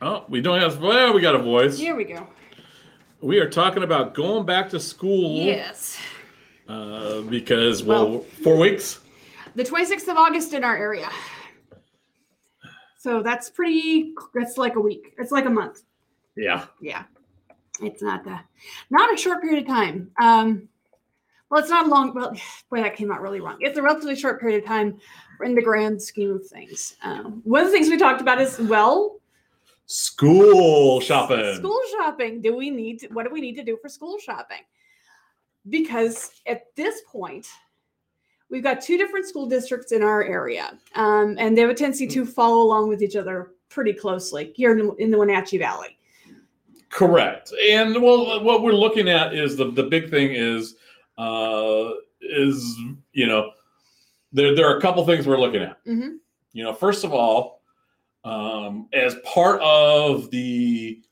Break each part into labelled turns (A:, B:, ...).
A: Oh, we don't have. Well, we got a voice.
B: Here we go.
A: We are talking about going back to school.
B: Yes.
A: Uh, because well,
B: Well-
A: four weeks.
B: The 26th of August in our area. So that's pretty, that's like a week. It's like a month.
A: Yeah.
B: Yeah. It's not that, not a short period of time. Um, well, it's not a long, well, boy, that came out really wrong. It's a relatively short period of time in the grand scheme of things. Um, one of the things we talked about is, well,
A: School shopping.
B: School shopping. Do we need to, what do we need to do for school shopping? Because at this point, we've got two different school districts in our area, um, and they have a tendency to follow along with each other pretty closely here in, in the Wenatchee Valley.
A: Correct. And well, what we're looking at is the the big thing is uh, is you know there there are a couple things we're looking at.
B: Mhm.
A: You know, first of all, um, as part of the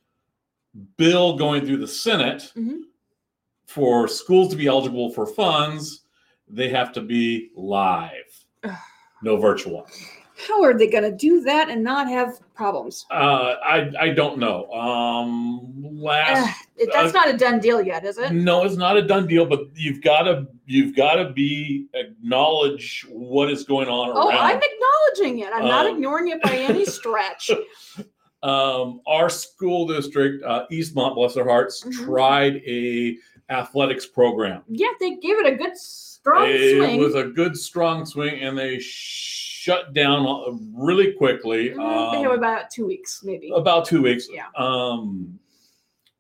A: bill going through the Senate
B: Mhm.
A: for schools to be eligible for funds, they have to be live,
B: Ugh.
A: no virtual.
B: How are they going to do that and not have problems?
A: Uh, I I don't know. Um, last
B: Ugh, it- that's not a done deal yet, is it?
A: No, it's not a done deal, but you've got to you've got to be acknowledge what is going on
B: Oh, I'm
A: around.
B: acknowledging it. I'm not
A: Um,
B: ignoring it by any stretch.
A: um, our school district, uh, Eastmont, bless their hearts,
B: Mhm.
A: tried a athletics program.
B: yeah, they gave it a good strong
A: it
B: swing.
A: was a good strong swing, and they shut down uh, really quickly.
B: Mhm, they have
A: um,
B: about two weeks, maybe.
A: about two weeks.
B: Yeah.
A: Um,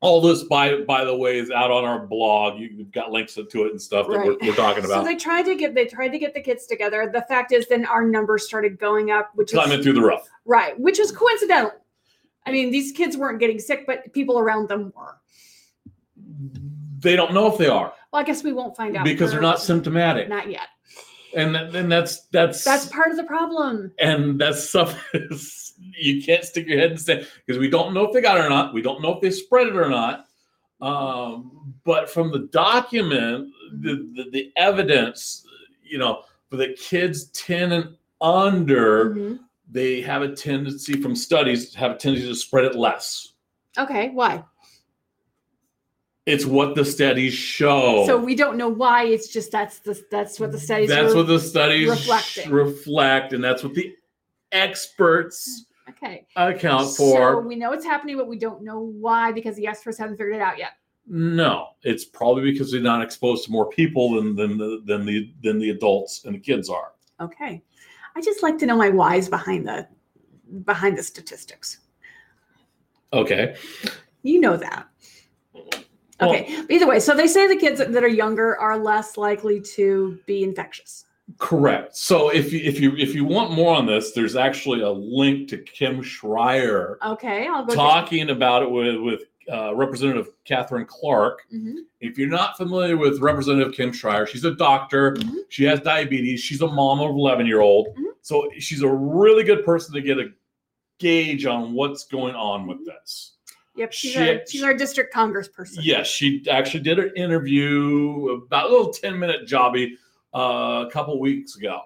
A: all this, by by the way, is out on our blog. You've got links to it and stuff that we're,
B: Right.
A: we're talking
B: So
A: about.
B: they tried to get they tried to get the kids together. The fact is, then our numbers started going up, which
A: Climbing
B: is
A: through the rough.
B: right, which is coincidental. I mean, these kids weren't getting sick, but people around them were.
A: they don't know if they are
B: Well, I guess we won't find out
A: because
B: for-
A: they're not symptomatic
B: not yet.
A: and th- and that's that's
B: That's part of the problem.
A: and that's stuff is- you can't stick your head and say because we don't know if they got it or not we don't know if they spread it or not um, but from the document the,
B: Mm-hmm.
A: the the evidence you know for the kids 10 and under
B: Mhm.
A: they have a tendency from studies to have a tendency to spread it less
B: Okay, why?
A: it's what the studies show
B: So we don't know why. It's just that's the that's what the studies.
A: that's
B: were-
A: what the studies
B: reflecting.
A: reflect and that's what the experts
B: okay.
A: account
B: So
A: for
B: we know it's happening, but we don't know why because the experts haven't figured it out yet.
A: no it's probably because they're not exposed to more people than than the than the than the adults and the kids are
B: Okay. I just like to know my whys behind the behind the statistics.
A: okay
B: You know that.
A: Mm-hmm. Well-
B: Okay. But either way, so they say the kids that are younger are less likely to be infectious.
A: correct so if you if you if you want more on this there's actually a link to kim schreier
B: Okay, I'll go.
A: talking about it with with uh, representative catherine clark
B: Mhm.
A: if you're not familiar with Representative Kim Schreier, she's a doctor.
B: Mhm.
A: She has diabetes. She's a mom of 11 year old.
B: Mhm.
A: So she's a really good person to get a gauge on what's going on with this.
B: Yep, she's,
A: Shit.
B: our, she's our district congressperson.
A: Yes, she actually did an interview about a little 10 minute jobby uh, a couple weeks ago.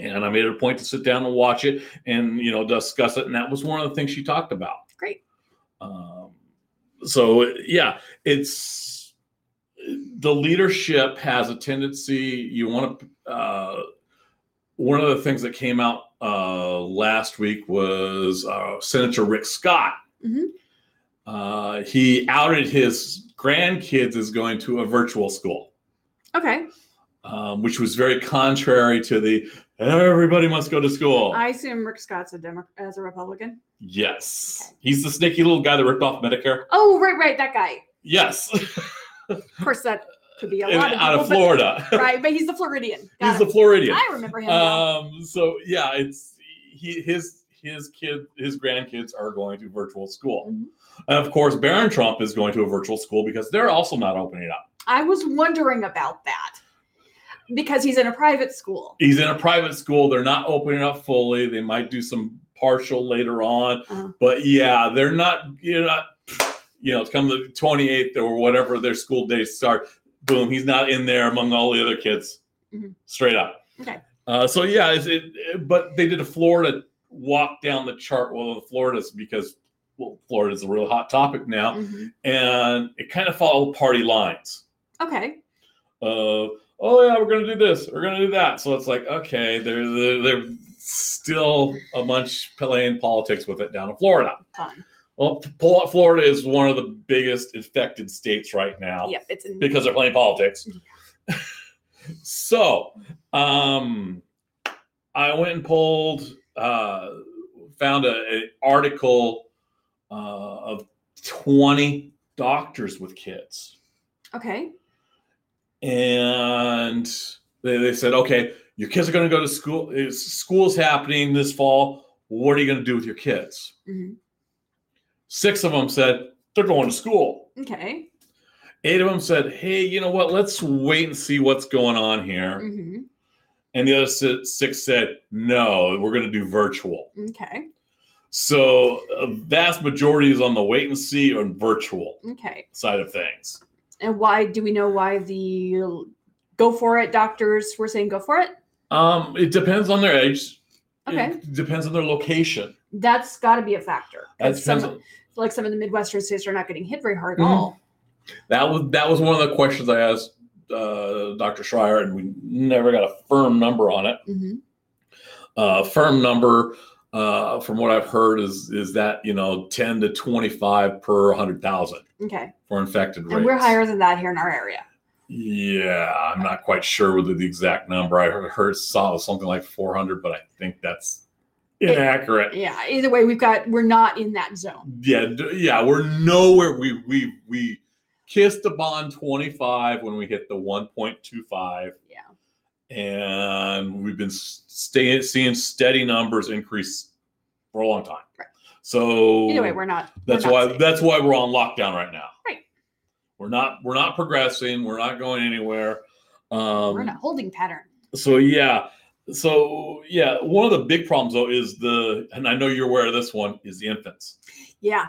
A: And I made it a point to sit down and watch it and, you know, discuss it. And that was one of the things she talked about.
B: Great.
A: Um, so, yeah, it's the leadership has a tendency, you want to, uh, one of the things that came out uh, last week was uh, Senator Rick Scott uh, he outed his grandkids as going to a virtual school,
B: Okay,
A: um, which was very contrary to the everybody must go to school.
B: I assume Rick Scott's a Demo- as a Republican.
A: yes. He's the sneaky little guy that ripped off Medicare.
B: Oh, right, right, that guy.
A: Yes.
B: Of course, that could be a
A: And
B: lot of
A: out of
B: people,
A: Florida.
B: but- right, but he's the Floridian. Got
A: He's
B: it.
A: the Floridian.
B: I remember him. now.
A: Um, so yeah, it's he his his kid his grandkids are going to virtual school.
B: Mhm.
A: And of course, Barron Trump is going to a virtual school because they're also not opening up.
B: I was wondering about that because he's in a private school.
A: he's in a private school. They're not opening up fully. They might do some partial later on,
B: Uh-huh.
A: but yeah, they're not. You're not. You know, come the 28th or whatever their school days start. Boom, he's not in there among all the other kids.
B: Mhm.
A: Straight up.
B: Okay.
A: Uh, so yeah, it's, it, it- But they did a Florida walk down the chart well in Florida's because well, Florida's a real hot topic now,
B: Mhm.
A: and it kind of followed party lines
B: Okay.
A: of oh yeah, we're gonna do this, we're gonna do that. So it's like okay, they're they're, they're still a bunch playing politics with it down in Florida.
B: Fun.
A: Well, Fl- Florida is one of the biggest infected states right now
B: Yep. It's in-
A: because they're playing politics. so, um, I went and pulled, uh, found an article uh, of 20 doctors with kids.
B: okay.
A: And they, they said, okay, your kids are going to go to school. It's, school's happening this fall. What are you going to do with your kids?
B: Mhm.
A: Six of them said, they're going to school
B: Okay.
A: eight of them said, "Hey, you know what? Let's wait and see what's going on here."
B: hmm
A: And the other si- six said, "No, we're going to do virtual."
B: Okay.
A: So a vast majority is on the wait and see or virtual
B: Okay.
A: side of things.
B: And why do we know why the go for it doctors were saying go for it?
A: Um, it depends on their age.
B: Okay.
A: It depends on their location.
B: That's got to be a factor.
A: That
B: 'Cause some-
A: depends. on-
B: like some of the Midwestern states are not getting hit very hard
A: Mhm.
B: at all.
A: that was that was one of the questions I asked uh, Dr. Schreier, and we never got a firm number on it.
B: Mhm.
A: uh, firm number uh, from what I've heard is is that you know 10 to 25 per 100,000
B: Okay.
A: for infected rates.
B: And we're higher than that here in our area.
A: Yeah, I'm not quite sure whether the exact number I heard, heard saw was something like 400, but I think that's inaccurate.
B: Yeah. Either way, we've got we're not in that zone.
A: Yeah, d- yeah, we're nowhere. We we we kissed the bond 25 when we hit the 1.25.
B: Yeah.
A: and we've been staying seeing steady numbers increase for a long time.
B: Right.
A: So
B: Either way, we're not. we're
A: that's
B: not
A: why
B: safe.
A: that's why we're on lockdown right now.
B: Right.
A: We're not we're not progressing. We're not going anywhere. Um,
B: we're in a holding pattern.
A: So yeah. So yeah, one of the big problems though is the, and I know you're aware of this one, is the infants
B: Yeah.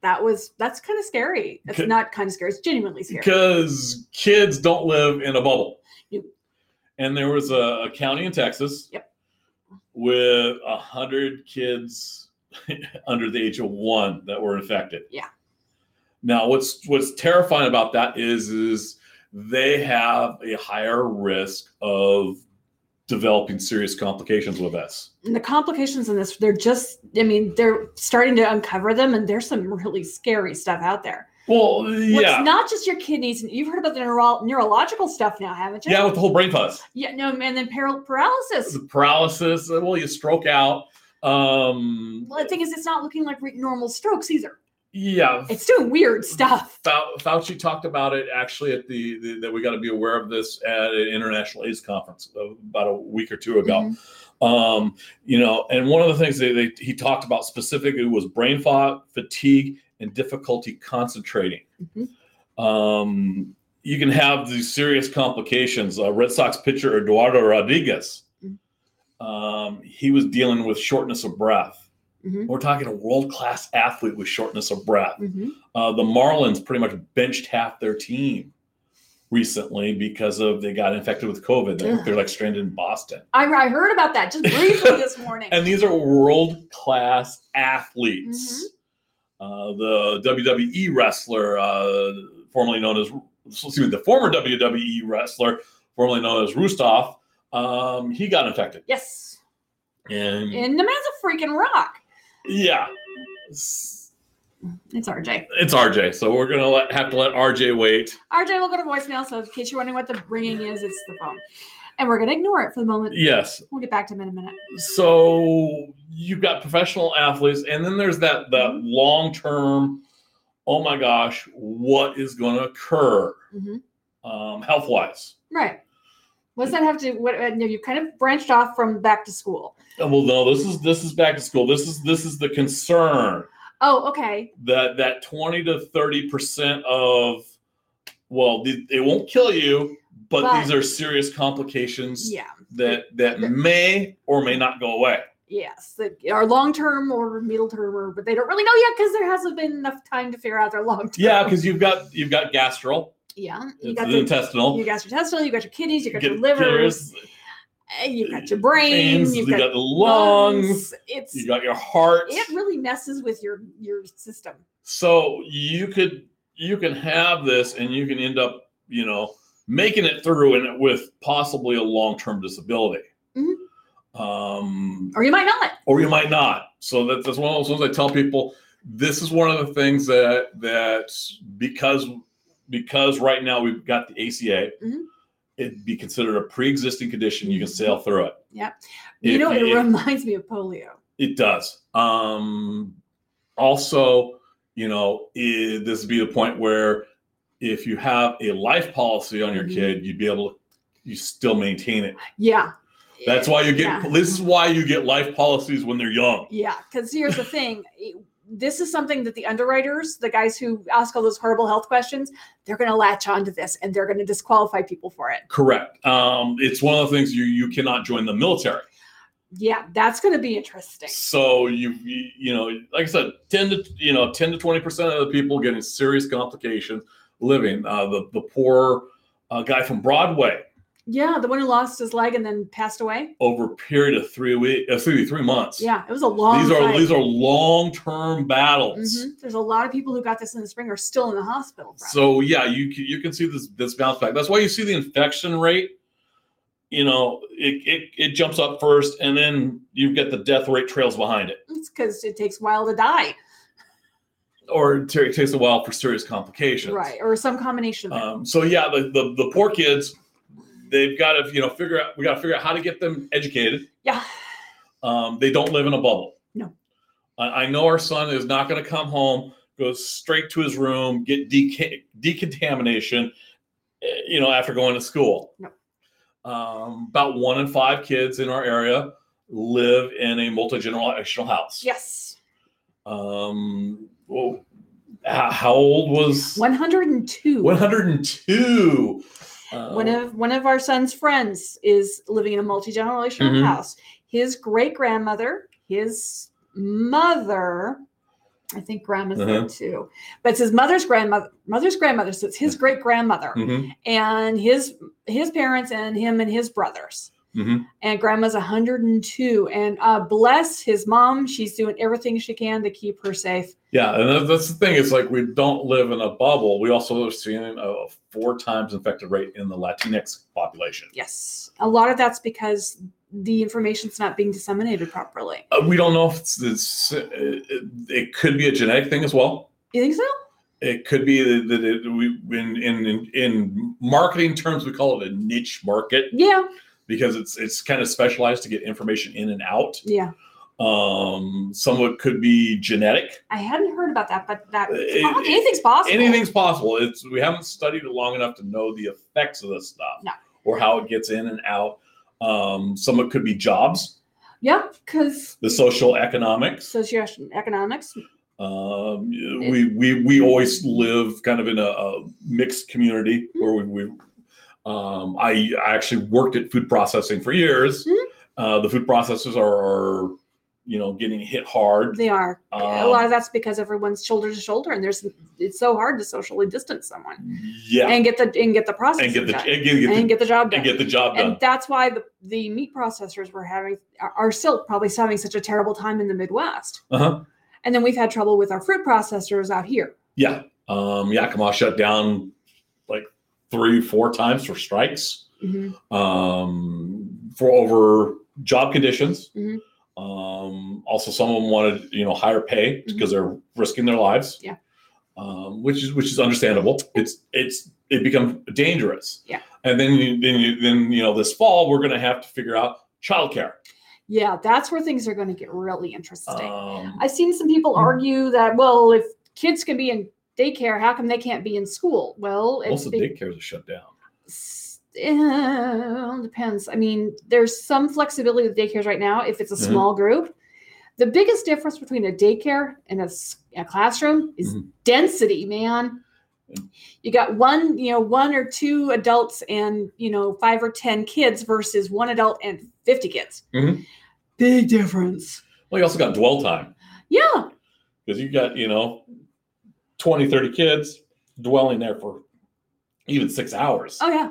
B: That was that's kind of scary. That's
A: Okay.
B: not kind of scary. It's genuinely scary.
A: because kids don't live in a bubble.
B: Nope.
A: And there was a, a county in Texas
B: Yep.
A: with a hundred kids under the age of one that were infected.
B: Yeah.
A: Now, what's what's terrifying about that is is they have a higher risk of developing serious complications with this.
B: And the complications in this, they're just, I mean, they're starting to uncover them, and there's some really scary stuff out there.
A: Well,
B: Well,
A: yeah,
B: It's not just your kidneys, and you've heard about the neuro- neurological stuff now, haven't you?
A: yeah, with the whole brain fuzz.
B: Yeah, no, and then paral- paralysis.
A: the paralysis. uh, Well, you stroke out. Um,
B: Well, the thing is, it's not looking like re- normal strokes either.
A: yeah,
B: It's doing weird stuff.
A: Fau- Fauci talked about it actually at the, the that we got to be aware of this at an international AIDS conference uh, about a week or two ago.
B: Mhm.
A: Um, you know, and one of the things that they, he talked about specifically was brain fog, fatigue, and difficulty concentrating. Um, you can have these serious complications. Uh, Red Sox pitcher Eduardo Rodriguez,
B: Mhm.
A: um, he was dealing with shortness of breath.
B: Mhm.
A: We're talking a world class athlete with shortness of breath.
B: Mhm.
A: Uh, the Marlins pretty much benched half their team recently because of they got infected with COVID. They-
B: Ugh.
A: They're like stranded in Boston.
B: I, I heard about that just briefly this morning.
A: And these are world class athletes. Uh, the WWE wrestler, uh, formerly known as, excuse me, the former WWE wrestler, formerly known as Rustov, um, he got infected.
B: yes,
A: And
B: and the man's a freaking rock.
A: yeah, it's
B: It's RJ.
A: it's RJ. So we're going to let, have to let RJ wait.
B: RJ will go to voicemail, so in case you're wondering what the ringing is, it's the phone. And we're going to ignore it for the moment.
A: Yes.
B: We'll get back to him in a minute.
A: so you've got professional athletes and then there's that that
B: Mm-hmm.
A: long term oh my gosh what is going to occur
B: Mhm.
A: um, health wise
B: Right. What does that have to What and you kind of branched off from back to school.
A: well no this is this is back to school this is this is the concern
B: Oh, okay.
A: that that 20 to 30 percent of well the, it won't kill you but,
B: But-
A: these are serious complications
B: Yeah.
A: that that may or may not go away
B: Yes. That are long term or middle term, or but they don't really know yet because there hasn't been enough time to figure out their long term.
A: yeah because you've got you've got gastral
B: Yeah. You
A: it's
B: got
A: the
B: the,
A: intestinal
B: you got your intestinal, you got your kidneys, you got
A: Get
B: your livers,
A: killers.
B: eh, you've got your brain,
A: Hands,
B: you've
A: you
B: got,
A: got the lungs,
B: It's
A: you got your heart.
B: it really messes with your your system.
A: so you could you can have this and you can end up you know making it through and with possibly a long-term disability
B: Mhm.
A: um,
B: Or you might not.
A: or you might not so that, that's one of those ones i tell people this is one of the things that that because because right now we've got the aca
B: Mhm.
A: it'd be considered a pre-existing condition you can sail through it
B: Mm-hmm. Yep. You
A: If
B: know, it
A: you- if-
B: reminds me of polio.
A: it does. Um, also, you know, i- this would be the point where if you have a life policy on your
B: Mhm.
A: kid, you'd be able to, you still maintain it.
B: Yeah.
A: That's why you get,
B: Yeah.
A: this is why you get life policies when they're young.
B: Yeah, because here's the thing. e, This is something that the underwriters, the guys who ask all those horrible health questions, they're going to latch onto this and they're going to disqualify people for it.
A: Correct. Um, it's one of the things you, you cannot join the military.
B: Yeah, that's going to be interesting.
A: So you, you, you know, like I said, 10 to, you know, 10 to 20% of the people getting serious complications living, uh, the, the poor uh, guy from Broadway,
B: Yeah, the one who lost his leg and then passed away.
A: over a period of three week, uh, three three months.
B: Yeah, it was a long.
A: these are
B: fight.
A: these are long term battles.
B: Mhm. There's a lot of people who got this in the spring are still in the hospital. From. it.
A: So yeah, you can, you can see this this bounce back. That's why you see the infection rate. You know, it, it it jumps up first, and then you get the death rate trails behind it,
B: it's because it takes a while to die,
A: or it ta- it takes a while for serious complications.
B: right? Or some combination. of it.
A: Um, so yeah, the, the the poor kids, they've got to you know figure out we got to figure out how to get them educated.
B: yeah,
A: Um, they don't live in a bubble.
B: No.
A: I, I know our son is not going to come home, go straight to his room, get deca- decontamination, eh, you know, after going to school.
B: No.
A: Um, about one in five kids in our area live in a multi generational house.
B: yes.
A: Um, well, how, how old was
B: 102.
A: 102? Uh,
B: one of one of our son's friends is living in a multi-generational
A: Mhm.
B: house his great grandmother his mother i think grandma's there
A: Uh-huh.
B: too but it's his mother's grandmother mother's grandmother so it's his great grandmother
A: Mhm,
B: and his his parents and him and his brothers
A: mhm.
B: and grandma's 102 and uh, bless his mom she's doing everything she can to keep her safe
A: Yeah, and that- that's the thing. It's like we don't live in a bubble. We also have seen a four times infected rate in the Latinx population.
B: yes a lot of that's because the information's not being disseminated properly
A: Uh, we don't know if it's, it's uh, it, it could be a genetic thing as well.
B: you think so
A: It could be that that it, we in, in in in marketing terms we call it a niche market
B: yeah
A: because it's it's kind of specialized to get information in and out.
B: Yeah,
A: Um, some of it could be genetic.
B: I hadn't heard about that, but that
A: Uh, It-
B: Oh, anything's possible.
A: Anything's possible. It's we haven't studied it long enough to know the effects of this stuff
B: No.
A: or how it gets in and out. Um, some of it could be jobs,
B: Yeah, because
A: the social economics.
B: socioeconomics.
A: Um, we we we always live kind of in a, a mixed community where we. we um, I I actually worked at food processing for years.
B: Mhm.
A: Uh, the food processors are, are, you know, getting hit hard.
B: They are a
A: Um,
B: lot of that's because everyone's shoulder to shoulder, and there's it's so hard to socially distance someone
A: Yeah,
B: and get the and get the process
A: and get the
B: done,
A: and get, get
B: and
A: the,
B: get the job done.
A: and get the job
B: And
A: done.
B: that's why the, the meat processors were having are- are still probably having such a terrible time in the Midwest.
A: Uh-huh.
B: And then we've had trouble with our fruit processors out here.
A: Yeah, um, Yakima shut down like three, four times for strikes
B: Mhm.
A: um, for over job conditions.
B: Mhm.
A: Um, also, some of them wanted you know higher pay because they're risking their lives.
B: Mm-hmm. Yeah.
A: um, which is which is understandable. It's it's it becomes dangerous.
B: Yeah.
A: and then you, then you, then you know this fall we're going to have to figure out childcare.
B: Yeah, that's where things are going to get really interesting.
A: Um,
B: I've seen some people argue that, well, if kids can be in daycare, how come they can't be in school? Well, it's
A: most of the
B: be-
A: daycares are shut down.
B: s- eh, depends. I mean, there's some flexibility with daycares right now if it's a
A: Mhm.
B: small group. The biggest difference between a daycare and a, s- a classroom is
A: Mhm.
B: density, man. You got one, you know, one or two adults and, you know, five or 10 kids versus one adult and 50 kids.
A: Mhm.
B: Big difference.
A: Well, you also got dwell time.
B: Yeah.
A: because you got you know 20 30 kids dwelling there for even six hours
B: Oh, yeah.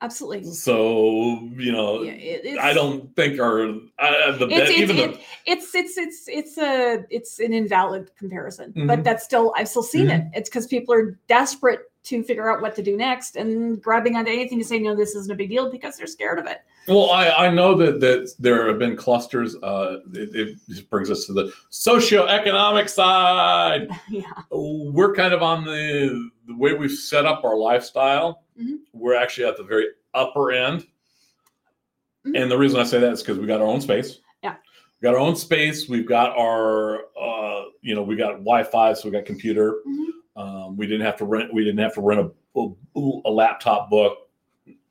B: absolutely.
A: So you know,
B: Yeah, it- it's,
A: I don't think our uh, the
B: It's
A: bed,
B: it's,
A: even
B: it- it's it's it's it's a it's an invalid comparison,
A: Mhm.
B: but that's still I've still seen
A: Mm-hmm.
B: it. It's because people are desperate to figure out what to do next and grabbing onto anything to say no, this isn't a big deal because they're scared of it.
A: the well, I I know that that there have been clusters. Uh, it, it just brings us to the socioeconomic side.
B: Yeah.
A: We're kind of on the the way we've set up our lifestyle.
B: Mhm.
A: We're actually at the very upper end,
B: Mhm.
A: and the reason I say that is because we got our own space.
B: Yeah.
A: we got our own space. We've got our uh, you know, we got Wi-Fi, so we got computer.
B: Mhm.
A: Um, we didn't have to rent. We didn't have to rent a a, a laptop book.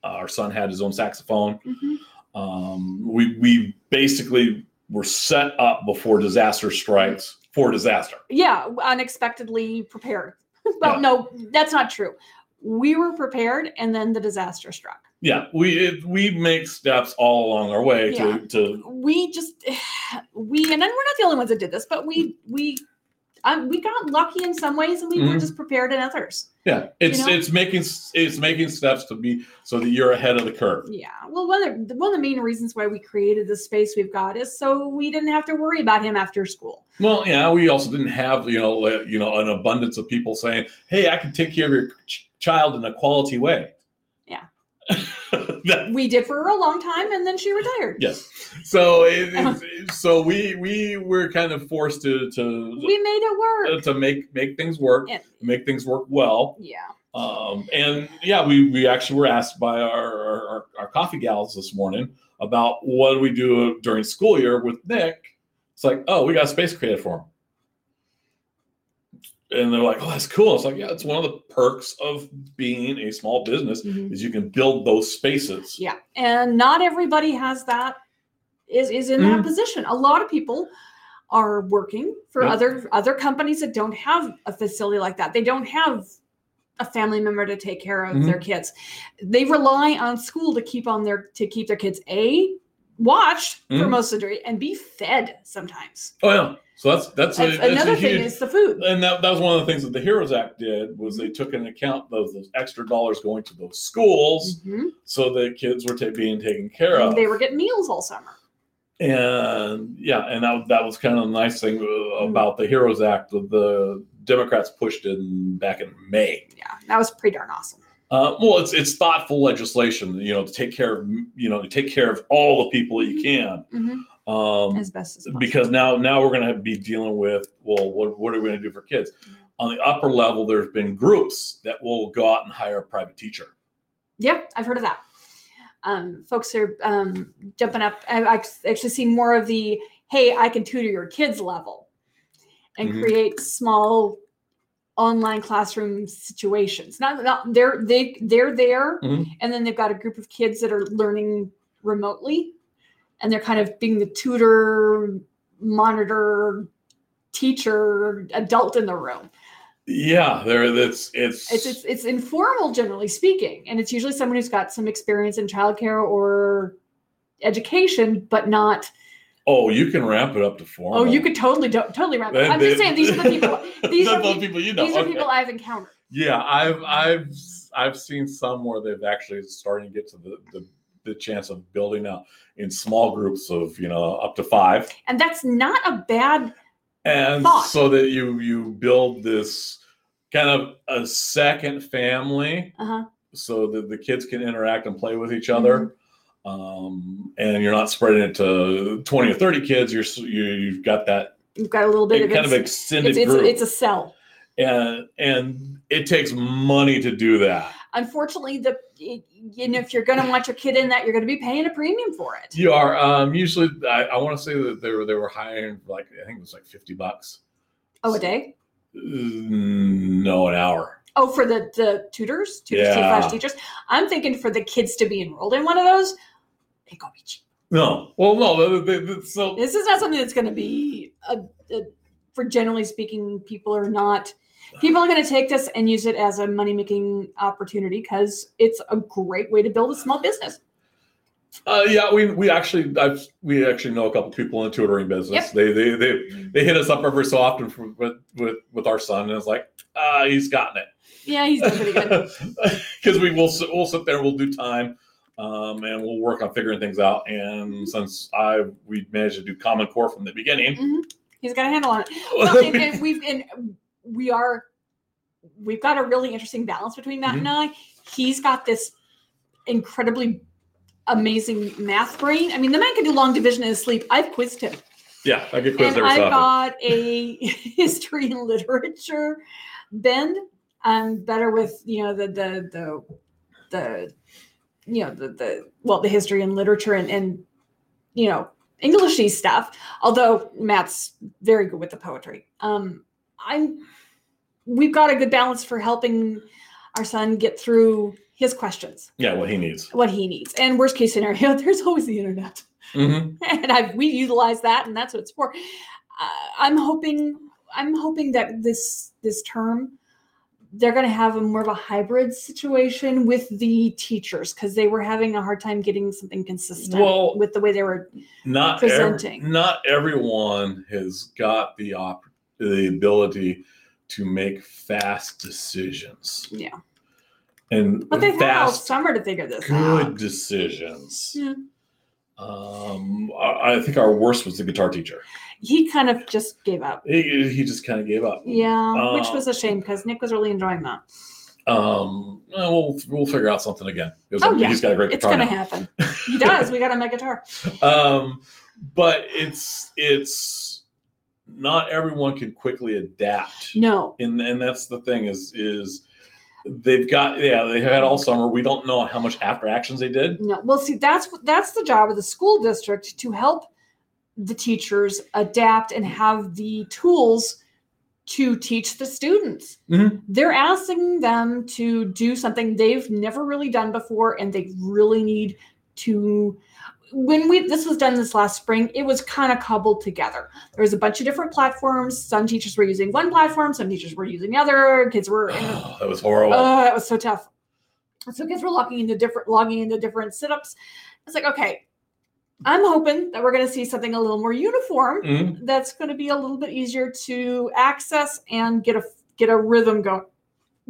A: Uh, our son had his own saxophone.
B: Mhm.
A: Um, we we basically were set up before disaster strikes for disaster.
B: yeah unexpectedly prepared well
A: Yeah.
B: no that's not true we were prepared and then the disaster struck
A: Yeah, we it, we make steps all along our way
B: Yeah.
A: to to
B: we just we and then we're not the only ones that did this but we we um, we got lucky in some ways and we were
A: Mhm.
B: just prepared in others
A: yeah. It's
B: know?
A: it's making s- it's making steps to be so that you're ahead of the curve.
B: yeah well one of, the, one of the main reasons why we created the space we've got is so we didn't have to worry about him after school
A: Well, yeah, we also didn't have you know like, you know an abundance of people saying, "Hey, I can take care of your ch- child in a quality way."
B: Yeah.
A: that
B: we did for a long time and then she retired
A: Yes. So it, it's so we we were kind of forced to to
B: Uh-huh. we made it work
A: to make make things work,
B: And-
A: make things work well.
B: yeah
A: Um, and yeah, we we actually were asked by our our, our- our coffee gals this morning about what do we do during school year with Nick. It's like, oh, we got a space created for him. And they're like, oh, that's cool. It's like, yeah, it's one of the perks of being a small business
B: Mhm.
A: is you can build those spaces.
B: Yeah, and not everybody has that is is in that
A: Mhm.
B: position. A lot of people are working for
A: Yeah.
B: other other companies that don't have a facility like that. They don't have a family member to take care of their
A: Mm-hmm.
B: kids. They rely on school to keep on their to keep their kids a watched for
A: Mhm.
B: most of the day and be fed sometimes.
A: Oh yeah. So that's that's, a,
B: That's
A: that's
B: another
A: a huge,
B: thing is the food.
A: and that, that was one of the things that the Heroes Act did was they took into account those, those extra dollars going to those schools
B: Mhm.
A: so that kids were ta- being taken care of.
B: They were getting meals all summer.
A: and yeah, and that, that was kind of the nice thing uh, about the Heroes Act that the Democrats pushed in back in May.
B: Yeah, that was pretty darn awesome.
A: Uh, well, it's it's thoughtful legislation, you know, to take care of you know to take care of all the people that you can.
B: Mhm.
A: Um,
B: As best as possible.
A: because now now we're going to be dealing with well what, what are we going to do for kids on the upper level there's been groups that will go out and hire a private teacher
B: Yeah, I've heard of that. Um, folks are um, jumping up. I, I actually see more of the "Hey, I can tutor your kids" level, and
A: Mhm.
B: create small online classroom situations. Not, not they're they they're there,
A: Mhm.
B: and then they've got a group of kids that are learning remotely, and they're kind of being the tutor, monitor, teacher, adult in the room
A: yeah there that's it's
B: it's it's it's informal generally speaking and it's usually someone who's got some experience in childcare or education but not
A: oh you can ramp it up to formal
B: oh you could totally do, totally wrap it.
A: Then-
B: up. i'm just
A: then-
B: saying these are the people these
A: That's
B: are
A: all
B: peop-
A: people you know
B: these are
A: okay.
B: people i've encountered
A: yeah i've i've i've seen some where they've actually starting to get to the, the the chance of building out in small groups of you know up to five
B: and that's not a bad
A: and
B: thought.
A: so that you you build this kind of a second family
B: uh-huh
A: so that the kids can interact and play with
B: Mm-hmm.
A: each other um, and you're not spreading it to 20 or 30 kids you're s- you, you've got that
B: you've got a little bit of
A: kind of
B: it's,
A: extended
B: it's, it's,
A: group
B: it's a cell
A: and and it takes money to do that
B: unfortunately the y- you know if you're going to want your kid in that you're going to be paying a premium for it
A: you are um, usually i, I want to say that they were they were hiring like i think it was like 50 bucks
B: oh a day
A: Mm, no an hour
B: Oh, for the the tutors, tutors
A: Yeah.
B: slash teachers. I'm thinking for the kids to be enrolled in one of those. They go be cheap.
A: no well no they, they, they- so
B: This is not something that's going to be a, a, for generally speaking, people are not. People are going to take this and use it as a money making opportunity because it's a great way to build a small business.
A: Uh, yeah, we we actually I've, we actually know a couple people in the tutoring business.
B: Yep. Mm-hmm.
A: They they they they hit us up every so often for, with with with our son, and it's like, uh, he's gotten it.
B: Yeah, he's doing pretty good.
A: because we will s- we'll sit there, we'll do time, um, and we'll work on figuring things out.
B: Mm-hmm.
A: And since I we managed to do Common Core from the beginning,
B: He's got a handle on it. Well, and, and we've and we are we've got a really interesting balance between Matt and I. He's got this incredibly amazing math brain. I mean, the man can do long division in his sleep. I've quizzed him.
A: yeah, I get quizzed
B: and
A: every so often.
B: I've got a history and literature bend. I'm better with you know the the the the you know the the well the history and literature and and you know Englishy stuff. Although Matt's very good with the poetry. Um, I'm we've got a good balance for helping our son get through his questions,
A: yeah, what he needs.
B: what he needs, and worst case scenario, there's always the internet
A: hmm
B: and I've we utilize that, and that's what it's for. Uh, I'm hoping I'm hoping that this this term they're going to have a more of a hybrid situation with the teachers because they were having a hard time getting something consistent
A: Well-
B: with the way they were.
A: Not ev-
B: Presenting.
A: not everyone has got the op- the ability to make fast decisions.
B: Yeah.
A: and
B: But they've had all
A: fast
B: summer to figure this
A: good
B: out.
A: decisions.
B: Yeah.
A: Um, I, I think our worst was the guitar teacher.
B: He kind of just gave up.
A: He, he just kind of gave up.
B: Yeah, which
A: Uh,
B: was a shame because Nick was really enjoying that.
A: Um, eh, we'll we'll figure out something again. Because
B: Oh, yeah.
A: He's got a great
B: It's
A: guitar.
B: going to
A: now.
B: happen. He does. We got him a guitar.
A: Um, but it's it's not everyone can quickly adapt,
B: No,
A: and and that's the thing is is they've got yeah they had all summer. We don't know how much after actions they did.
B: No, well, see, that's that's the job of the school district to help the teachers adapt and have the tools to teach the students.
A: Mhm.
B: They're asking them to do something they've never really done before, and they really need to. When we this was done this last spring, it was kind of cobbled together. There was a bunch of different platforms. Some teachers were using one platform, some teachers were using the other. Kids were in a
A: that was horrible.
B: Oh, that was so tough. So kids were logging into different logging into different sit-ups. It's like, okay, I'm hoping that we're gonna see something a little more uniform
A: Mhm.
B: that's gonna be a little bit easier to access and get a get a rhythm go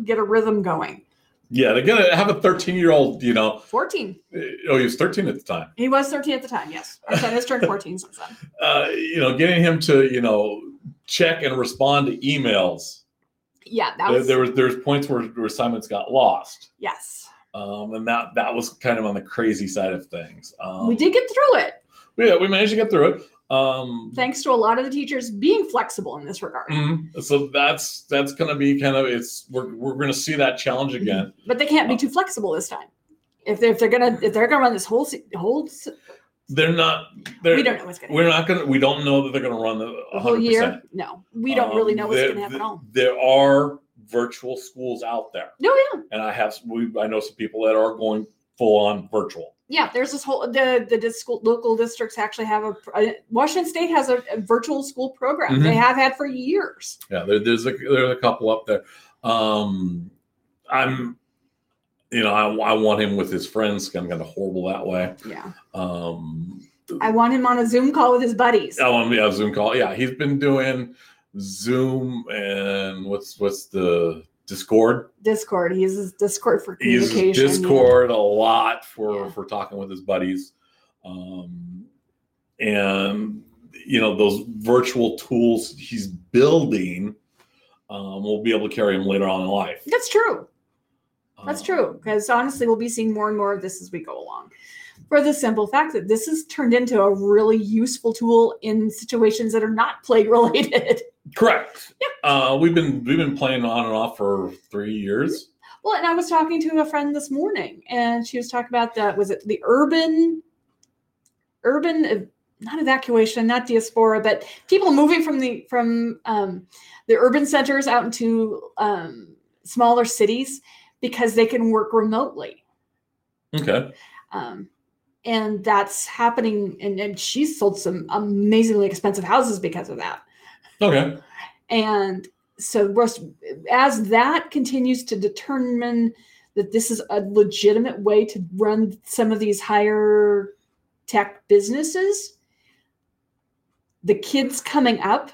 B: get a rhythm going.
A: Yeah, they're gonna have a 13 year old. You know,
B: 14.
A: eh, oh, he was 13 at the time.
B: He was 13 at the time, yes. Our son has turned 14 since then.
A: uh, you know, getting him to you know check and respond to emails.
B: Yeah, that
A: There,
B: was
A: there was there's points where, where assignments got lost,
B: yes.
A: um, and that that was kind of on the crazy side of things. Um,
B: We did get through it,
A: yeah, we managed to get through it. Um,
B: thanks to a lot of the teachers being flexible in this regard.
A: mhm. So that's that's going to be kind of it's we're we're going to see that challenge
B: Mm-hmm.
A: again.
B: But they can't be
A: Uh,
B: too flexible this time. If they're, if they're gonna if they're gonna run this whole se- whole se-
A: They're not. They're,
B: we don't know what's going to happen.
A: We're not going to. We don't know that they're going to run the
B: The
A: 100%.
B: whole year? No, we don't really
A: Um,
B: know what's
A: there-
B: going to happen at all.
A: There are virtual schools out there.
B: No, yeah,
A: and I have we I know some people that are going full on virtual.
B: yeah. There's this whole the the dis- school, local districts actually have a, a- Washington State has a, a virtual school program. They
A: Mm-hmm.
B: have had for years.
A: Yeah, there, there's a there's a couple up there. Um, I'm, you know, I, I want him with his friends. I'm kind of horrible that way.
B: Yeah,
A: Um,
B: I want him on a Zoom call with his buddies.
A: I want him to have Zoom call. Yeah, he's been doing Zoom and what's what's the Discord.
B: Discord. He uses Discord for
A: He uses
B: communication. yeah.
A: Discord a lot for
B: Yeah.
A: for talking with his buddies. Um, and you know those virtual tools he's building um, will be able to carry him later on in life.
B: That's true. That's
A: Um,
B: true. Because honestly, we'll be seeing more and more of this as we go along. For the simple fact that this has turned into a really useful tool in situations that are not plague related.
A: Correct. Uh, we've been we've been playing on and off for three years.
B: Well, and I was talking to a friend this morning, and she was talking about that. Was it the urban, urban, ev- not evacuation, not diaspora, but people moving from the from um, the urban centers out into um, smaller cities because they can work remotely,
A: Okay.
B: um, and that's happening. And, and she's sold some amazingly expensive houses because of that.
A: Okay.
B: And so, Russ, as that continues to determine that this is a legitimate way to run some of these higher tech businesses, the kids coming up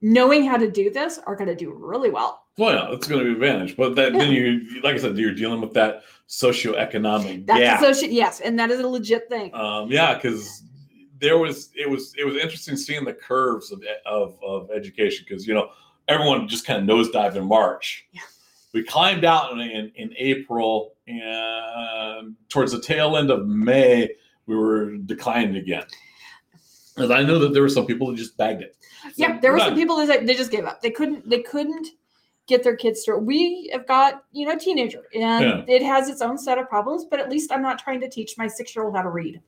B: knowing how to do this are going to do really well.
A: Well, yeah, it's going to be advantage, but that, then you, like I said, you're dealing with that socioeconomic
B: That's
A: gap.
B: associate, yes, and that is a legit thing.
A: um, yeah, because there was it was it was interesting seeing the curves of of, of education because you know everyone just kind of nosedived in March.
B: Yeah.
A: We climbed out in, in, in April, and towards the tail end of May, we were declined again. And I know that there were some people that just bagged it.
B: yeah, there were
A: Right.
B: some people that said- they just gave up. They couldn't. They couldn't get their kids through. We have got you know teenager, and it has its own set of problems. But at least I'm not trying to teach my six year old how to read.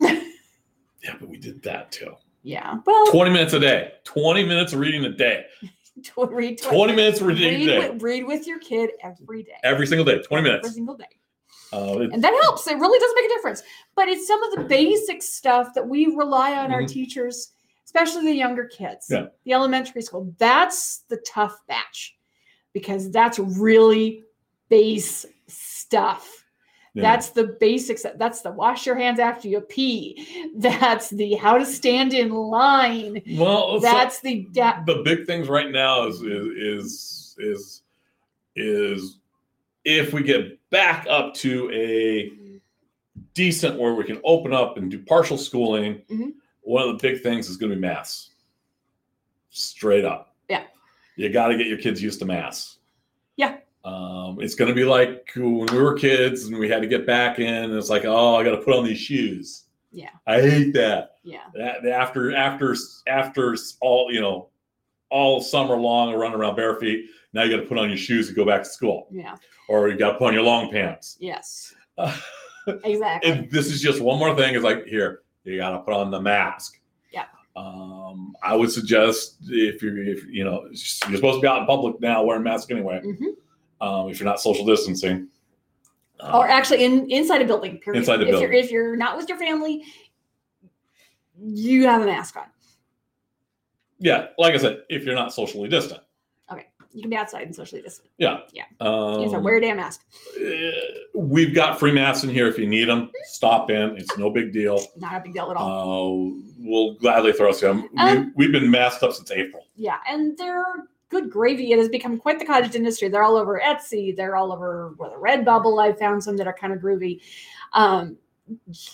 A: Yeah, but we did that too.
B: Yeah, well,
A: 20 minutes a day, 20 minutes of reading a day,
B: tw- read
A: 20 minutes of reading a
B: Read,
A: day,
B: with, read with your kid every day.
A: every single day, 20
B: Every
A: minutes.
B: single day.
A: Uh, it-
B: And that helps. It really does make a difference. But it's some of the basic stuff that we rely on our
A: Mhm.
B: teachers, especially the younger kids,
A: Yeah.
B: the elementary school. That's the tough batch because that's really base stuff.
A: yeah.
B: That's the basics. That's the wash your hands after you pee. That's the how to stand in line.
A: well, Oh, so-
B: That's the da-
A: the big things right now is is is is, is if we get back up to a decent where we can open up and do partial schooling,
B: Mhm.
A: one of the big things is going to be maths. Straight up.
B: Yeah.
A: You got to get your kids used to maths.
B: Yeah.
A: Um, it's going to be like when we were kids and we had to get back in. And it's like, oh, I got to put on these shoes.
B: Yeah.
A: I hate that
B: yeah.
A: that the after after after all you know all summer long running around bare feet now you got to put on your shoes and go back to school
B: Yeah.
A: or you got to put on your long pants
B: Yes.
A: Uh,
B: Exactly.
A: and this is just one more thing is like here you got to put on the mask
B: Yeah.
A: um i would suggest if you're if you know you're supposed to be out in public now wearing masks anyway
B: Mhm.
A: um if you're not social distancing Um,
B: or actually in inside a building. Period.
A: Inside a
B: if You're,
A: building.
B: if you're not with your family, you have a mask on.
A: yeah like i said if you're not socially distant
B: You can be outside and socially distant.
A: um,
B: You just wear a damn mask.
A: Uh, we've got free masks in here if you need them. Stop in; it's no big deal.
B: Not a big deal at all.
A: Uh, we'll gladly throw some.
B: Oh. Um,
A: we, we've been masked up since April.
B: yeah, and they're good gravy. It has become quite the cottage industry. They're all over Etsy. They're all over well, the Redbubble. I found some that are kind of groovy. Um,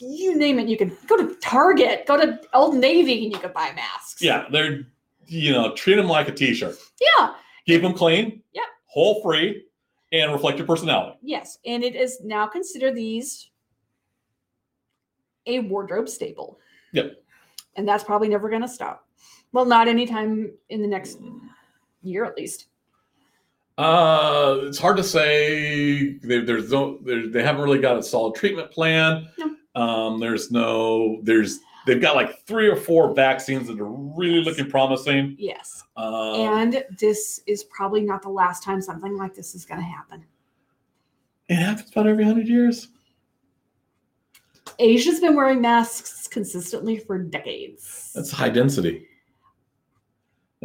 B: you name it. You can go to Target, go to Old Navy, and you can buy masks.
A: Yeah, they're you know treat them like a t-shirt.
B: Yeah.
A: Keep them clean.
B: Yep.
A: Whole free, and reflect your personality.
B: Yes, and it is now consider these a wardrobe staple.
A: Yep.
B: And that's probably never going to stop. Well, not anytime in the next year, at least.
A: Uh, it's hard to say. They, there's no. There, they haven't really got a solid treatment plan.
B: No.
A: Um, there's no. There's. They've got like three or four vaccines that are really
B: Yes.
A: looking promising.
B: Yes.
A: Um,
B: and this is probably not the last time something like this is going to happen.
A: It happens about every hundred years.
B: Asia's been wearing masks consistently for decades.
A: That's high density.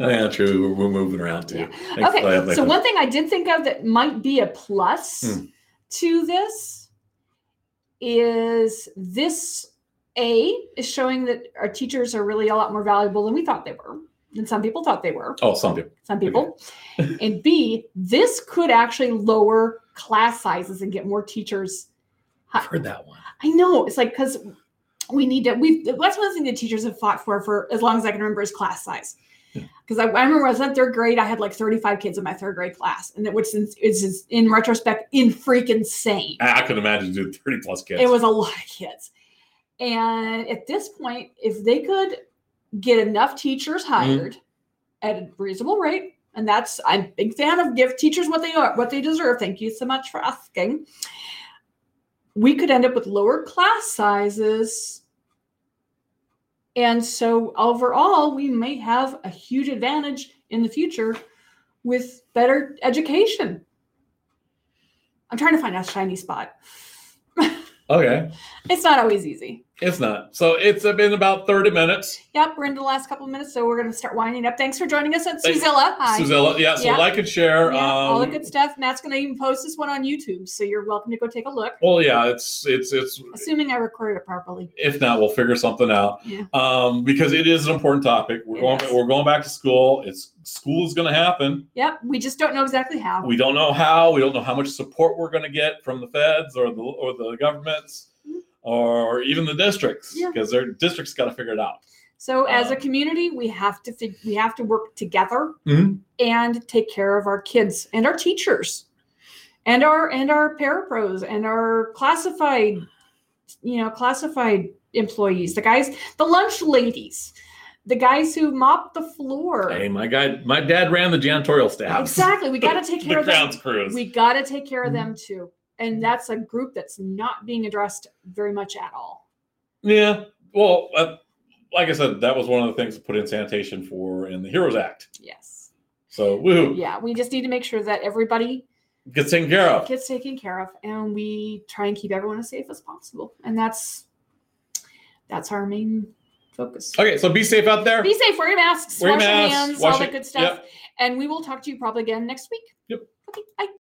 A: Oh, yeah, true. We're, we're moving around too.
B: Yeah.
A: Thanks for that,
B: okay. So
A: Nathan.
B: one thing I did think of that might be a plus
A: Hmm.
B: to this is this A is showing that our teachers are really a lot more valuable than we thought they were. And some people thought they were,
A: Oh, some people.
B: some people. and B, this could actually lower class sizes and get more teachers
A: I've heard that one.
B: I know. It's like because we need to. We have that's one thing the teachers have fought for for as long as I can remember is class size.
A: Yeah.
B: Because I, I remember when I was in third grade, I had like 35 kids in my third grade class, and it was in, it's just, in retrospect in freaking insane.
A: I, I could imagine doing thirty plus kids.
B: It was a lot of kids, and at this point, if they could get enough teachers hired at a reasonable rate, and that's I'm a big fan of give teachers what they are what they deserve. Thank you so much for asking. We could end up with lower class sizes. And so overall, we may have a huge advantage in the future with better education. I'm trying to find a shiny spot.
A: okay.
B: It's not always easy.
A: It's not. So it's been about 30 minutes.
B: Yep, we're into the last couple of minutes, so we're going to start winding up. Thanks for joining us at
A: Thanks.
B: Suzilla. Hi.
A: Suzella, yeah, so
B: Yeah.
A: like and share.
B: Yeah, all the
A: um,
B: good stuff. Matt's going to even post this one on YouTube, so you're welcome to go take a look.
A: Well, yeah, it's it's it's
B: Assuming I recorded it properly.
A: if not, we'll figure something out.
B: Yeah.
A: Um, because it is an important topic. We're
B: It
A: going
B: is.
A: we're going back to school. It's school is going to happen.
B: Yep, we just don't know exactly how.
A: We don't know how. We don't know how much support we're going to get from the feds or the or the governments or even the districts
B: Yeah.
A: because their districts got to figure it out.
B: So as a
A: Um,
B: community, we have to fig- we have to work together
A: Mhm.
B: and take care of our kids and our teachers and our and our parapros and our classified you know classified employees, the guys, the lunch ladies, the guys who mop the floor.
A: Hey, my guy, my dad ran the janitorial staff.
B: Exactly. We got to take care
A: the
B: of them.
A: grounds crews.
B: We got to take care of them too. And that's a group that's not being addressed very much at all.
A: yeah. Well, uh, like I said, that was one of the things to put in sanitation for in the Heroes Act.
B: Yes.
A: So, woohoo,
B: Yeah, we just need to make sure that everybody
A: gets taken care of.
B: gets taken care of and we try and keep everyone as safe as possible and that's that's our main focus
A: Okay, so be safe out there.
B: be safe wear your masks
A: Oh, Wear your
B: wash your
A: masks,
B: hands
A: wash
B: all
A: your-
B: that good stuff and we will talk to you probably again next week
A: Yep.
B: okay bye